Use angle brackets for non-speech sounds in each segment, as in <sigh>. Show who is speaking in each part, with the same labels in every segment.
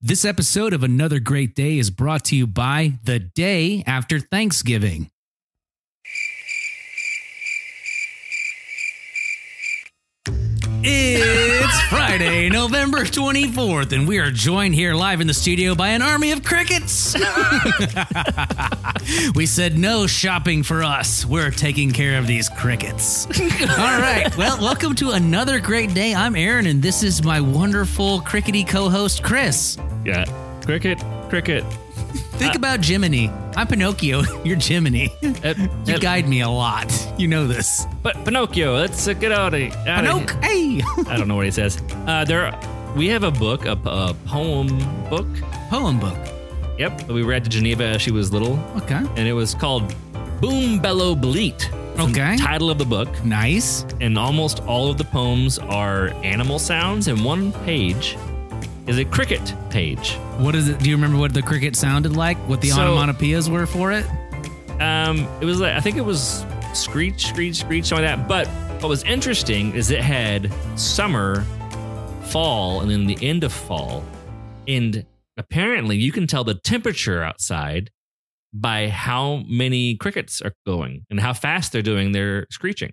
Speaker 1: This episode of Another Great Day is brought to you by The Day After Thanksgiving. It's Friday, November 24th, and we are joined here live in the studio by an army of crickets. <laughs> we said no shopping for us. We're taking care of these crickets. All right. Well, welcome to another great day. I'm Aaron, and this is my wonderful crickety co host, Chris.
Speaker 2: Yeah. Cricket, cricket.
Speaker 1: Think
Speaker 2: Uh.
Speaker 1: about Jiminy. I'm Pinocchio. <laughs> You're Jiminy.
Speaker 2: Ep,
Speaker 1: You
Speaker 2: ep,
Speaker 1: guide me a lot. You know this.
Speaker 2: but Pinocchio, let's uh, get out of here.
Speaker 1: Pinoc,
Speaker 2: Oh,
Speaker 1: hey! <laughs>
Speaker 2: I don't know what he says. Uh, there, we have a book, a, p- a poem book.
Speaker 1: Poem book.
Speaker 2: Yep, that we read to Geneva as she was little,
Speaker 1: Okay.
Speaker 2: and it was called "Boom Bellow Bleat." It's the
Speaker 1: Okay.
Speaker 2: title of the book,
Speaker 1: Nice.
Speaker 2: and almost all of the poems are animal sounds, and one page is a cricket page.
Speaker 1: What is it? Do you remember what the cricket sounded like? What the
Speaker 2: So-
Speaker 1: onomatopoeias were for it?
Speaker 2: Um, it was like I think it was screech, screech, screech, something like that. But what was interesting is it had summer, fall, and then the end of fall. And apparently, you can tell the temperature outside by how many crickets are going and how fast they're doing their screeching.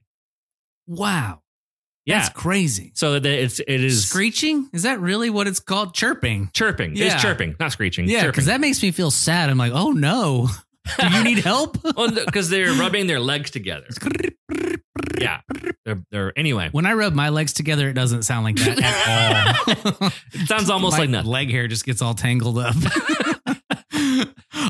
Speaker 1: Wow.
Speaker 2: Yeah.
Speaker 1: That's crazy.
Speaker 2: so that it's it is
Speaker 1: Screeching? Is that really what it's called? Chirping.
Speaker 2: chirping.
Speaker 1: Yeah.
Speaker 2: It's chirping, not screeching.
Speaker 1: Yeah,
Speaker 2: chirping.
Speaker 1: because that makes me feel sad. I'm like, oh no. <laughs> Do you
Speaker 2: <laughs>
Speaker 1: need help?
Speaker 2: because they're rubbing their legs
Speaker 1: <laughs>
Speaker 2: together. Yeah. They're, they're anyway.
Speaker 1: when I rub my legs together, it doesn't sound like that at
Speaker 2: <laughs>
Speaker 1: all.
Speaker 2: It sounds almost
Speaker 1: My
Speaker 2: like nothing.
Speaker 1: Leg hair just gets all tangled up. <laughs>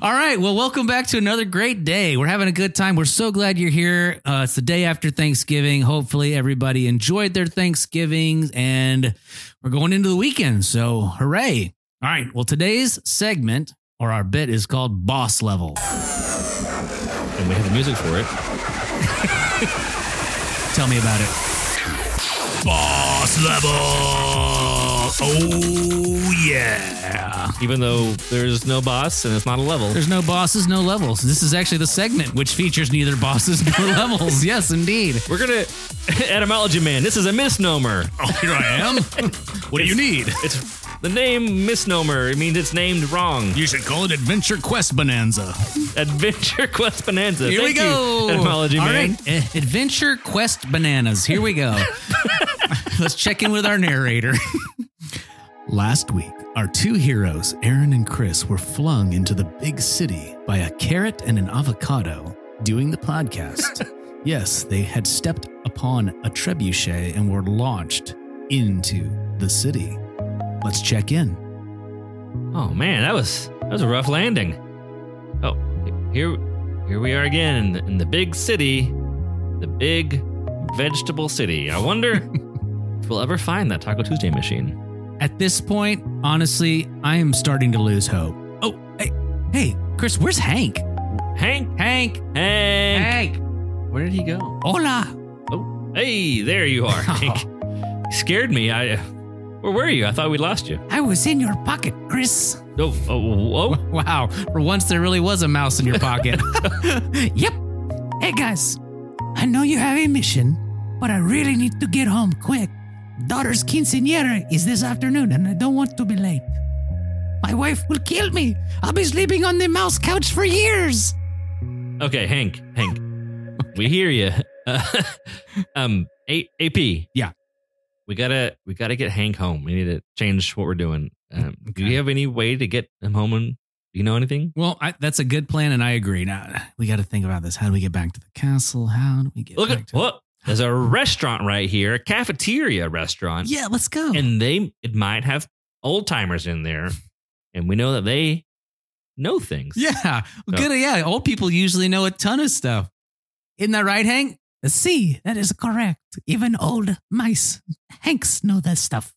Speaker 1: all right. Well, welcome back to another great day. We're having a good time. We're so glad you're here. Uh, it's the day after Thanksgiving. Hopefully, everybody enjoyed their Thanksgivings and we're going into the weekend. So, hooray. All right. Well, today's segment or our bit is called Boss Level.
Speaker 2: And we have the music for it.
Speaker 1: Tell me about it. Boss Level. Oh, yeah.
Speaker 2: even though there's no boss and it's not a level.
Speaker 1: There's no bosses, no levels. This is actually the segment which features neither bosses <laughs> nor levels. Yes, indeed.
Speaker 2: We're gonna <laughs> etymology man. This is a misnomer.
Speaker 1: Oh, here I <laughs> am. what do you need?
Speaker 2: It's the name misnomer. It means it's named wrong.
Speaker 1: You should call it Adventure Quest Bonanza.
Speaker 2: Adventure <laughs> Quest Bonanza.
Speaker 1: Here we
Speaker 2: Thank
Speaker 1: go.
Speaker 2: You, <laughs> etymology
Speaker 1: All
Speaker 2: man.
Speaker 1: right, uh, Adventure Quest Bananas. Here we
Speaker 2: <laughs>
Speaker 1: go. Let's check in with our narrator. <laughs> Last week, our two heroes, Aaron and Chris, were flung into the big city by a carrot and an avocado doing the
Speaker 2: <laughs>
Speaker 1: podcast. yes, they had stepped upon a trebuchet and were launched into the city. Let's check in.
Speaker 2: Oh man, that was that was a rough landing. Oh, here here we are again in the, in the big city, the big vegetable city.
Speaker 1: <laughs>
Speaker 2: I wonder if we'll ever find that Taco Tuesday machine.
Speaker 1: At this point, honestly, I am starting to lose hope. Oh, hey, hey, Chris, where's Hank?
Speaker 2: Hank,
Speaker 1: Hank,
Speaker 2: Hank,
Speaker 1: Hank,
Speaker 2: where did he go?
Speaker 1: hola.
Speaker 2: Oh, hey, there you
Speaker 1: <laughs>
Speaker 2: are. Hank. Scared me. I. Where were you? I thought we lost you.
Speaker 1: I was in your pocket, Chris.
Speaker 2: Oh, oh, whoa.
Speaker 1: <laughs> Wow, for once there really was a mouse in your pocket. <laughs> yep. Hey guys, I know you have a mission, but I really need to get home quick. Daughter's quinceañera is this afternoon, and I don't want to be late. My wife will kill me. I'll be sleeping on the mouse couch for years.
Speaker 2: Okay, Hank. Hank. We hear you. Uh, <laughs> um, a- AP.
Speaker 1: Yeah.
Speaker 2: We gotta we gotta get Hank home. We need to change what we're doing. Um, Do
Speaker 1: Okay.
Speaker 2: you have any way to get him home? And do you know anything?
Speaker 1: Well, I, that's a good plan, and I agree. Now we got to think about this. How do we get back to the castle? How do we get
Speaker 2: Look
Speaker 1: back
Speaker 2: at
Speaker 1: to?
Speaker 2: what there's a restaurant right here, a cafeteria restaurant,
Speaker 1: Yeah, let's go.
Speaker 2: and they it might have old timers in there, and we know that they know things.
Speaker 1: yeah, good. Yeah, old people usually know a ton of stuff. Isn't that right, Hank? See, that is correct. Even old mice, Hanks, know that stuff.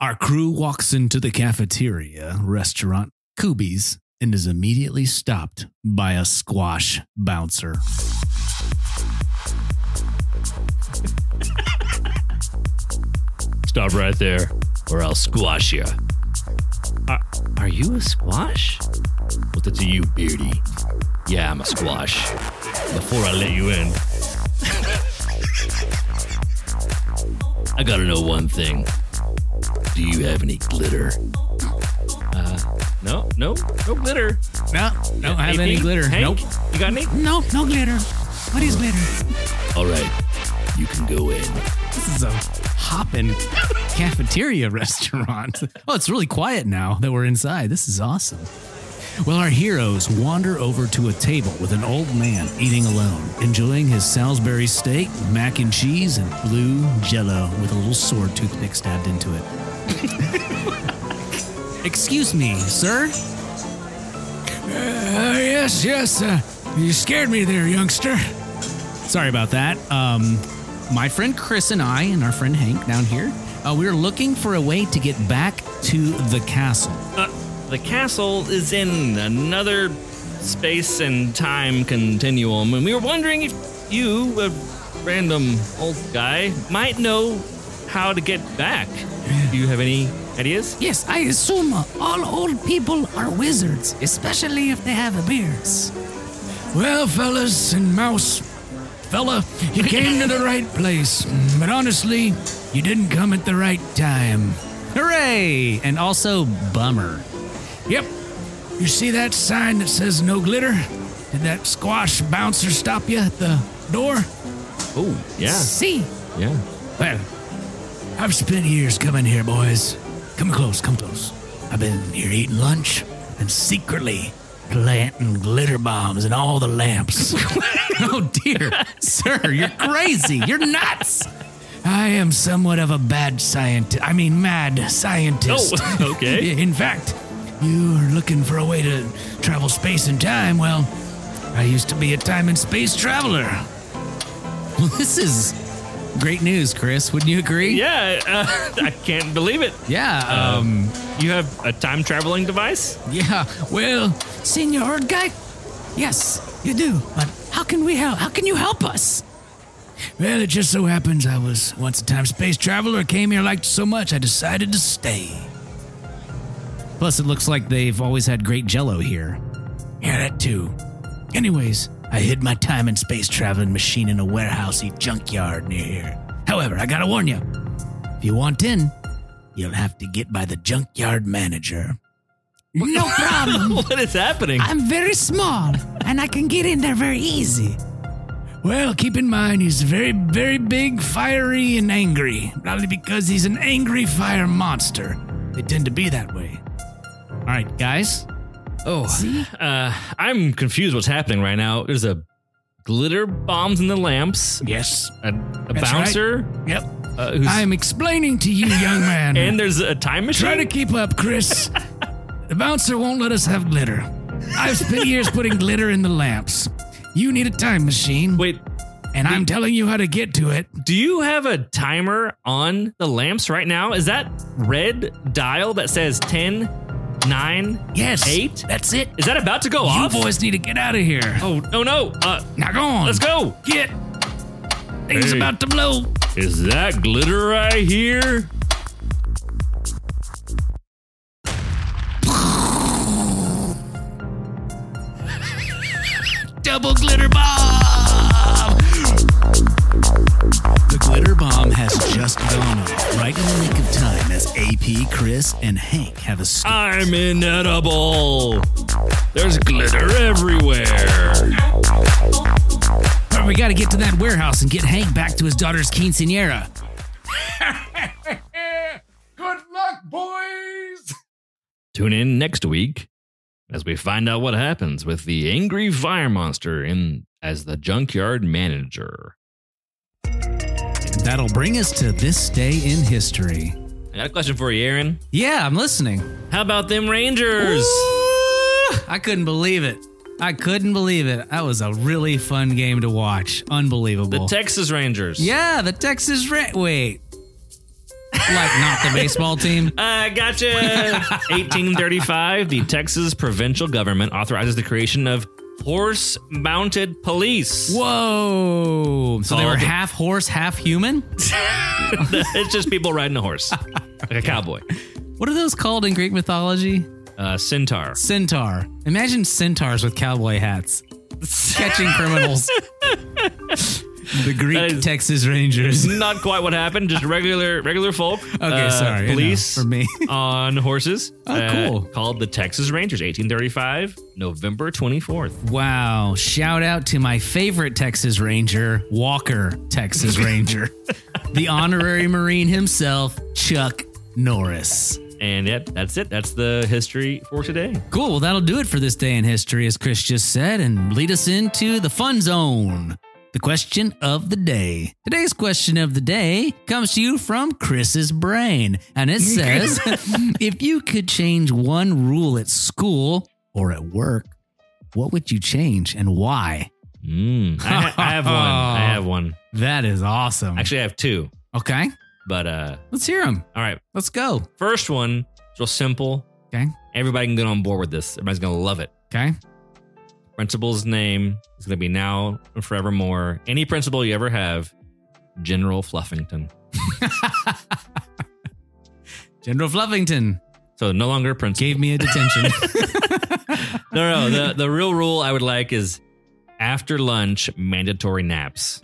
Speaker 1: Our crew walks into the cafeteria restaurant, Kubi's, and is immediately stopped by a squash bouncer.
Speaker 2: Stop right there, or I'll squash you. Are, are you a squash? What's it to you, Beardy? Yeah, I'm a squash. Before I let you in, <laughs> I gotta know one thing. Do you have any glitter? No, no, no glitter.
Speaker 1: No, don't have
Speaker 2: AP?
Speaker 1: any glitter.
Speaker 2: Hank,
Speaker 1: Nope.
Speaker 2: You got any?
Speaker 1: Nope, no glitter. What is glitter?
Speaker 2: All right, you can go in.
Speaker 1: This is a hoppin' cafeteria <laughs> restaurant. Oh, it's really quiet now that we're inside. This is awesome. Well, our heroes wander over to a table with an old man eating alone, enjoying his Salisbury steak, mac and cheese, and blue jello with a little sword toothpick stabbed into it. <laughs> Excuse me, sir? yes, yes. Uh, you scared me there, youngster. Sorry about that. Um, my friend Chris and I, and our friend Hank down here, uh, we were looking for a way to get back to the castle.
Speaker 2: Uh, the castle is in another space and time continuum, and we were wondering if you, a random old guy, might know how to get back. Do you have any ideas?
Speaker 1: Yes, I assume all old people are wizards, especially if they have a beers. Well, fellas and mouse, fella, you came to the right place, but honestly, you didn't come at the right time. Hooray! And also, bummer. Yep. You see that sign that says no glitter? Did that squash bouncer stop you at the door?
Speaker 2: Oh, yeah,
Speaker 1: See,
Speaker 2: yeah.
Speaker 1: well, I've spent years coming here, boys. Come close, come close. I've been here eating lunch and secretly planting glitter bombs in all the
Speaker 2: <laughs>
Speaker 1: lamps. oh dear, sir, you're crazy. You're nuts. I am somewhat of a bad scientist. I mean, mad
Speaker 2: Oh, <laughs>
Speaker 1: scientist. <laughs>
Speaker 2: okay.
Speaker 1: In fact, you are looking for a way to travel space and time. Well, I used to be a time and space traveler. Well, this is great news, Chris. Wouldn't you agree?
Speaker 2: Yeah, uh, <laughs> I can't believe it.
Speaker 1: Yeah. Um,
Speaker 2: You have a time traveling device? <laughs>
Speaker 1: yeah. Well, senior old guy. Yes, you do. But how can we help? How can you help us? Well, it just so happens I was once a time space traveler. Came here liked it so much I decided to stay. Plus, it looks like they've always had great Jello here. Yeah, that too. Anyways, I hid my time and space traveling machine in a warehousey junkyard near here. However, I gotta warn you, if you want in, you'll have to get by the junkyard manager. No problem.
Speaker 2: what is happening?
Speaker 1: I'm very small, and I can get in there very easy. Well, keep in mind he's very, very big, fiery, and angry. Probably because he's an angry fire monster. They tend to be that way. All right, guys.
Speaker 2: oh, uh, I'm confused what's happening right now. There's a glitter bombs in the lamps,
Speaker 1: Yes.
Speaker 2: a, a
Speaker 1: That's
Speaker 2: bouncer,
Speaker 1: Yep.
Speaker 2: uh, who's,
Speaker 1: I am explaining to you,
Speaker 2: <laughs>
Speaker 1: young man.
Speaker 2: and there's a time machine.
Speaker 1: Try to keep up,
Speaker 2: <laughs>
Speaker 1: Chris. the bouncer won't let us have glitter. I've spent years putting glitter in the lamps. You need a time machine,
Speaker 2: Wait,
Speaker 1: and I'm telling you how to get to it.
Speaker 2: do you have a timer on the lamps right now? Is that red dial that says 10, 9,
Speaker 1: Yes.
Speaker 2: 8?
Speaker 1: That's it.
Speaker 2: Is that about to go off?
Speaker 1: You boys need to get out of here.
Speaker 2: Oh, no, no. Uh,
Speaker 1: Now go on.
Speaker 2: let's go.
Speaker 1: Get. Things
Speaker 2: Hey.
Speaker 1: about to blow.
Speaker 2: Is that glitter right here?
Speaker 1: Double glitter bomb. The glitter bomb has just gone off, right in the nick of time, as AP, Chris, and Hank have a scoop.
Speaker 2: I'm inedible. There's glitter everywhere.
Speaker 1: Alright, we got to get to that warehouse and get Hank back to his daughter's quinceanera. <laughs> Good luck, boys.
Speaker 2: Tune in next week as we find out what happens with the angry fire monster in as the junkyard manager.
Speaker 1: That'll bring us to this day in history.
Speaker 2: I got a question for you, Aaron.
Speaker 1: Yeah, I'm listening.
Speaker 2: How about them Rangers?
Speaker 1: Ooh, I couldn't believe it. I couldn't believe it. That was a really fun game to watch.
Speaker 2: The
Speaker 1: Unbelievable.
Speaker 2: Texas Rangers.
Speaker 1: yeah, the Texas Red. Wait. Like, not the baseball team?
Speaker 2: <laughs> Uh, gotcha.
Speaker 1: <laughs>
Speaker 2: 1835, the Texas provincial government authorizes the creation of horse mounted police.
Speaker 1: Whoa. So they
Speaker 2: All
Speaker 1: were
Speaker 2: the-
Speaker 1: half horse, half human?
Speaker 2: <laughs> it's just people riding a horse, like a cowboy.
Speaker 1: What are those called in Greek mythology?
Speaker 2: Uh, centaur.
Speaker 1: Centaur.
Speaker 2: <laughs>
Speaker 1: Imagine centaurs with cowboy hats catching criminals. The
Speaker 2: That
Speaker 1: Greek
Speaker 2: is-
Speaker 1: Texas Rangers.
Speaker 2: It's not quite what happened. Just regular, regular folk. Okay,
Speaker 1: Okay, sorry.
Speaker 2: Police
Speaker 1: enough for me.
Speaker 2: <laughs> on horses. uh,
Speaker 1: Oh, cool.
Speaker 2: Called the Texas Rangers, 1835, November 24th.
Speaker 1: Wow. Shout out to my favorite Texas Ranger, Walker Texas Ranger, the honorary Marine himself, Chuck Norris.
Speaker 2: And yep, that's it. That's the history for today.
Speaker 1: Cool. Well, that'll do it for this day in history, as Chris just said, and lead us into the fun zone. The question of the day. Today's question of the day comes to you from Chris's brain, and it says <laughs> If you could change one rule at school or at work, what would you change and why?
Speaker 2: Mm, I, ha-
Speaker 1: <laughs>
Speaker 2: I have one. I have one.
Speaker 1: That is awesome.
Speaker 2: Actually, I have two.
Speaker 1: okay,
Speaker 2: But uh,
Speaker 1: let's hear them.
Speaker 2: all right.
Speaker 1: Let's go.
Speaker 2: First one, it's real simple.
Speaker 1: Okay.
Speaker 2: Everybody can get on board with this. Everybody's gonna love it.
Speaker 1: Okay.
Speaker 2: Principal's name is gonna be now and forevermore. Any principal you ever have, General Fluffington.
Speaker 1: General Fluffington
Speaker 2: So no longer a principal.
Speaker 1: gave me a
Speaker 2: <laughs>
Speaker 1: detention.
Speaker 2: No,
Speaker 1: <laughs>
Speaker 2: no. The the real rule I would like is after lunch
Speaker 1: <gasps>
Speaker 2: mandatory naps,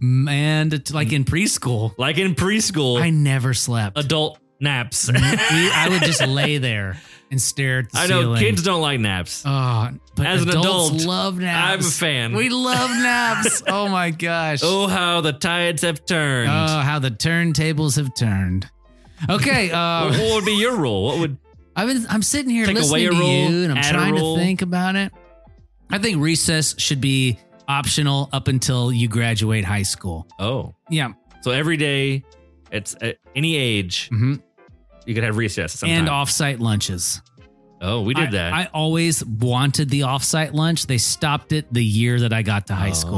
Speaker 1: Man, it's like in preschool.
Speaker 2: like in preschool.
Speaker 1: I never slept.
Speaker 2: adult naps.
Speaker 1: We- I would just lay there and stare at the
Speaker 2: <laughs> I know
Speaker 1: ceiling.
Speaker 2: kids don't like naps.
Speaker 1: Oh, but
Speaker 2: As an
Speaker 1: adults
Speaker 2: adult,
Speaker 1: love
Speaker 2: I'm a
Speaker 1: naps.
Speaker 2: fan.
Speaker 1: We love naps. oh my
Speaker 2: <laughs>
Speaker 1: gosh.
Speaker 2: oh, how the tides have turned.
Speaker 1: Oh, how the turntables have turned.
Speaker 2: <laughs>
Speaker 1: Okay,
Speaker 2: What-
Speaker 1: uh,
Speaker 2: what would be your rule? What
Speaker 1: <laughs>
Speaker 2: would
Speaker 1: I've been, I'm sitting here
Speaker 2: Take away
Speaker 1: listening
Speaker 2: a
Speaker 1: to
Speaker 2: roll,
Speaker 1: you, and I'm
Speaker 2: add a
Speaker 1: trying
Speaker 2: roll.
Speaker 1: to think about it. I think recess should be optional up until you graduate high school.
Speaker 2: oh?
Speaker 1: Yeah,
Speaker 2: So every day, it's at any age,
Speaker 1: hmm
Speaker 2: you could have recess. Sometime.
Speaker 1: and off-site lunches.
Speaker 2: oh, we did
Speaker 1: I,
Speaker 2: that.
Speaker 1: I always wanted the offsite lunch. They stopped it the year that I got to high school.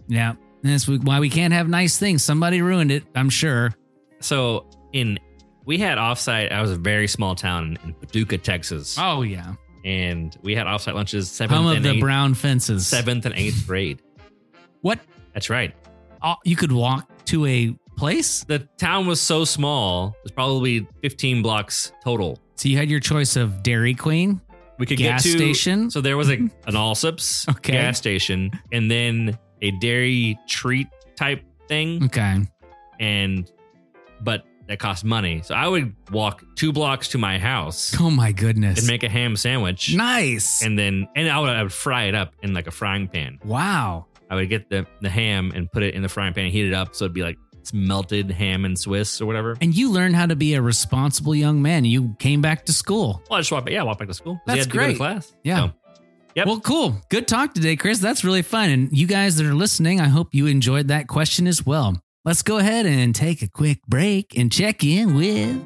Speaker 2: Oh.
Speaker 1: Yeah. And that's why we can't have nice things. Somebody ruined it, I'm sure.
Speaker 2: So in we had offsite. I was a very small town in Paducah, Texas,
Speaker 1: Oh, yeah.
Speaker 2: and we had offsite lunches seventh
Speaker 1: Home of
Speaker 2: and
Speaker 1: the
Speaker 2: eighth,
Speaker 1: brown fences.
Speaker 2: seventh and eighth grade.
Speaker 1: What?
Speaker 2: That's right.
Speaker 1: Oh, you could walk to a place?
Speaker 2: The town was so small. There's probably 15 blocks total.
Speaker 1: So you had your choice of Dairy Queen,
Speaker 2: We could
Speaker 1: gas
Speaker 2: get to
Speaker 1: station.
Speaker 2: So there was a, an Allsup's
Speaker 1: <laughs> Okay.
Speaker 2: gas station, and then a dairy treat type thing,
Speaker 1: okay.
Speaker 2: and but that cost money. So I would walk two blocks to
Speaker 1: <laughs>
Speaker 2: my house
Speaker 1: Oh, my goodness.
Speaker 2: and make a ham sandwich,
Speaker 1: nice.
Speaker 2: and then and I would, I would fry it up in like a frying pan.
Speaker 1: wow.
Speaker 2: I would get the the ham and put it in the frying pan and heat it up, so it'd be like it's melted ham and Swiss or whatever.
Speaker 1: And you learned how to be a responsible young man. You came back to school.
Speaker 2: Well, I just walked back. Yeah, I walked back to school. 'Cause
Speaker 1: That's
Speaker 2: you had to go to
Speaker 1: great.
Speaker 2: class.
Speaker 1: Yeah.
Speaker 2: So, Yep.
Speaker 1: Well, cool. Good talk today, Chris. That's really fun. And you guys that are listening, I hope you enjoyed that question as well. Let's go ahead and take a quick break and check in with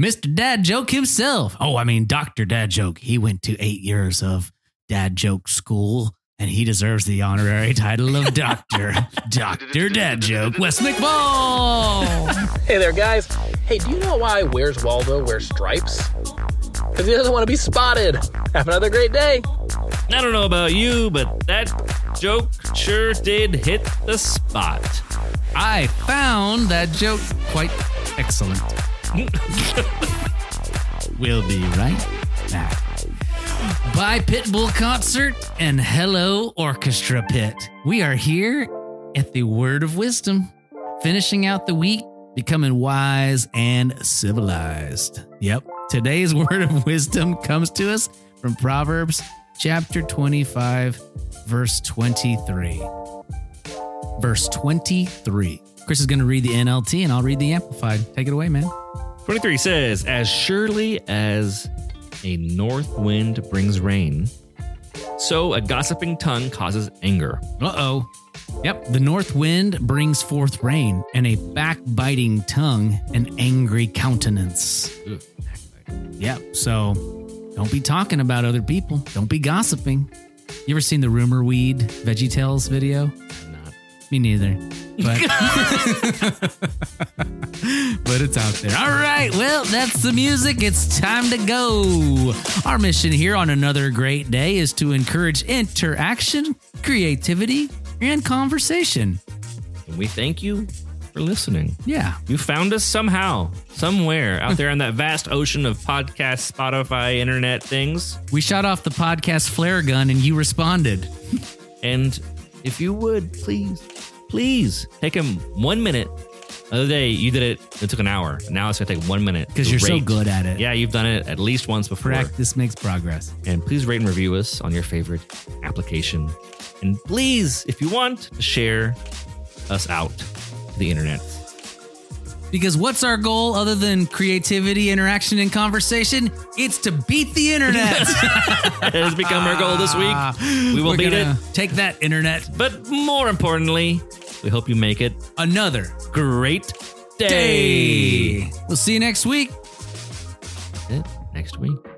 Speaker 1: Mr. Dad Joke himself. Oh, I mean, Dr. Dad Joke. He went to eight years of Dad Joke school, and he deserves the honorary title of
Speaker 2: <laughs>
Speaker 1: Doctor. Dr. Dad Joke, Wes McFall.
Speaker 3: Hey there, guys. Hey, do you know why Where's Waldo wears stripes? Because he doesn't want to be spotted. Have another great day.
Speaker 2: I don't know about you, but that joke sure did hit the spot.
Speaker 1: I found that joke quite excellent. <laughs> We'll be right back. By Pitbull Concert and Hello Orchestra Pit. We are here at the Word of Wisdom, finishing out the week, becoming wise and civilized. Yep. Today's <laughs> Word of Wisdom comes to us from Proverbs chapter 25, verse 23. Verse 23. Chris is going to read the NLT and I'll read the Amplified. Take it away, man.
Speaker 2: 23 says, As surely as a north wind brings rain, so a gossiping tongue causes anger.
Speaker 1: Uh oh. Yep. The north wind brings forth rain and a backbiting tongue and angry countenance.
Speaker 2: Ugh.
Speaker 1: Yep. So don't be talking about other people. Don't be gossiping. You ever seen the rumor weed Veggie Tales video?
Speaker 2: Not-
Speaker 1: Me neither. But,
Speaker 2: <laughs>
Speaker 1: but it's out there. All right. Well, that's the music. It's time to go. Our mission here on another great day is to encourage interaction, creativity, and conversation.
Speaker 2: And we thank you for listening.
Speaker 1: Yeah.
Speaker 2: You found us somehow, somewhere out there in that vast ocean of podcasts, Spotify, internet things.
Speaker 1: We shot off the podcast flare gun and you responded.
Speaker 2: And if you would, please please take them one minute. The other day, you did it. It took an hour. Now it's gonna take one minute
Speaker 1: because
Speaker 2: to
Speaker 1: you're so
Speaker 2: rate.
Speaker 1: good at it.
Speaker 2: Yeah, you've done it at least once before.
Speaker 1: Practice makes progress.
Speaker 2: And please rate and review us on your favorite application. And please, if you want, share us out to the internet.
Speaker 1: Because what's our goal other than creativity, interaction, and conversation? It's to beat the internet.
Speaker 2: That has become our goal
Speaker 1: <laughs>
Speaker 2: this week. <laughs> We will
Speaker 1: We're
Speaker 2: beat it.
Speaker 1: gonna Take that, internet.
Speaker 2: But more importantly, we hope you make it
Speaker 1: Another
Speaker 2: great day.
Speaker 1: day. We'll see you next week.
Speaker 2: That's it. Next week.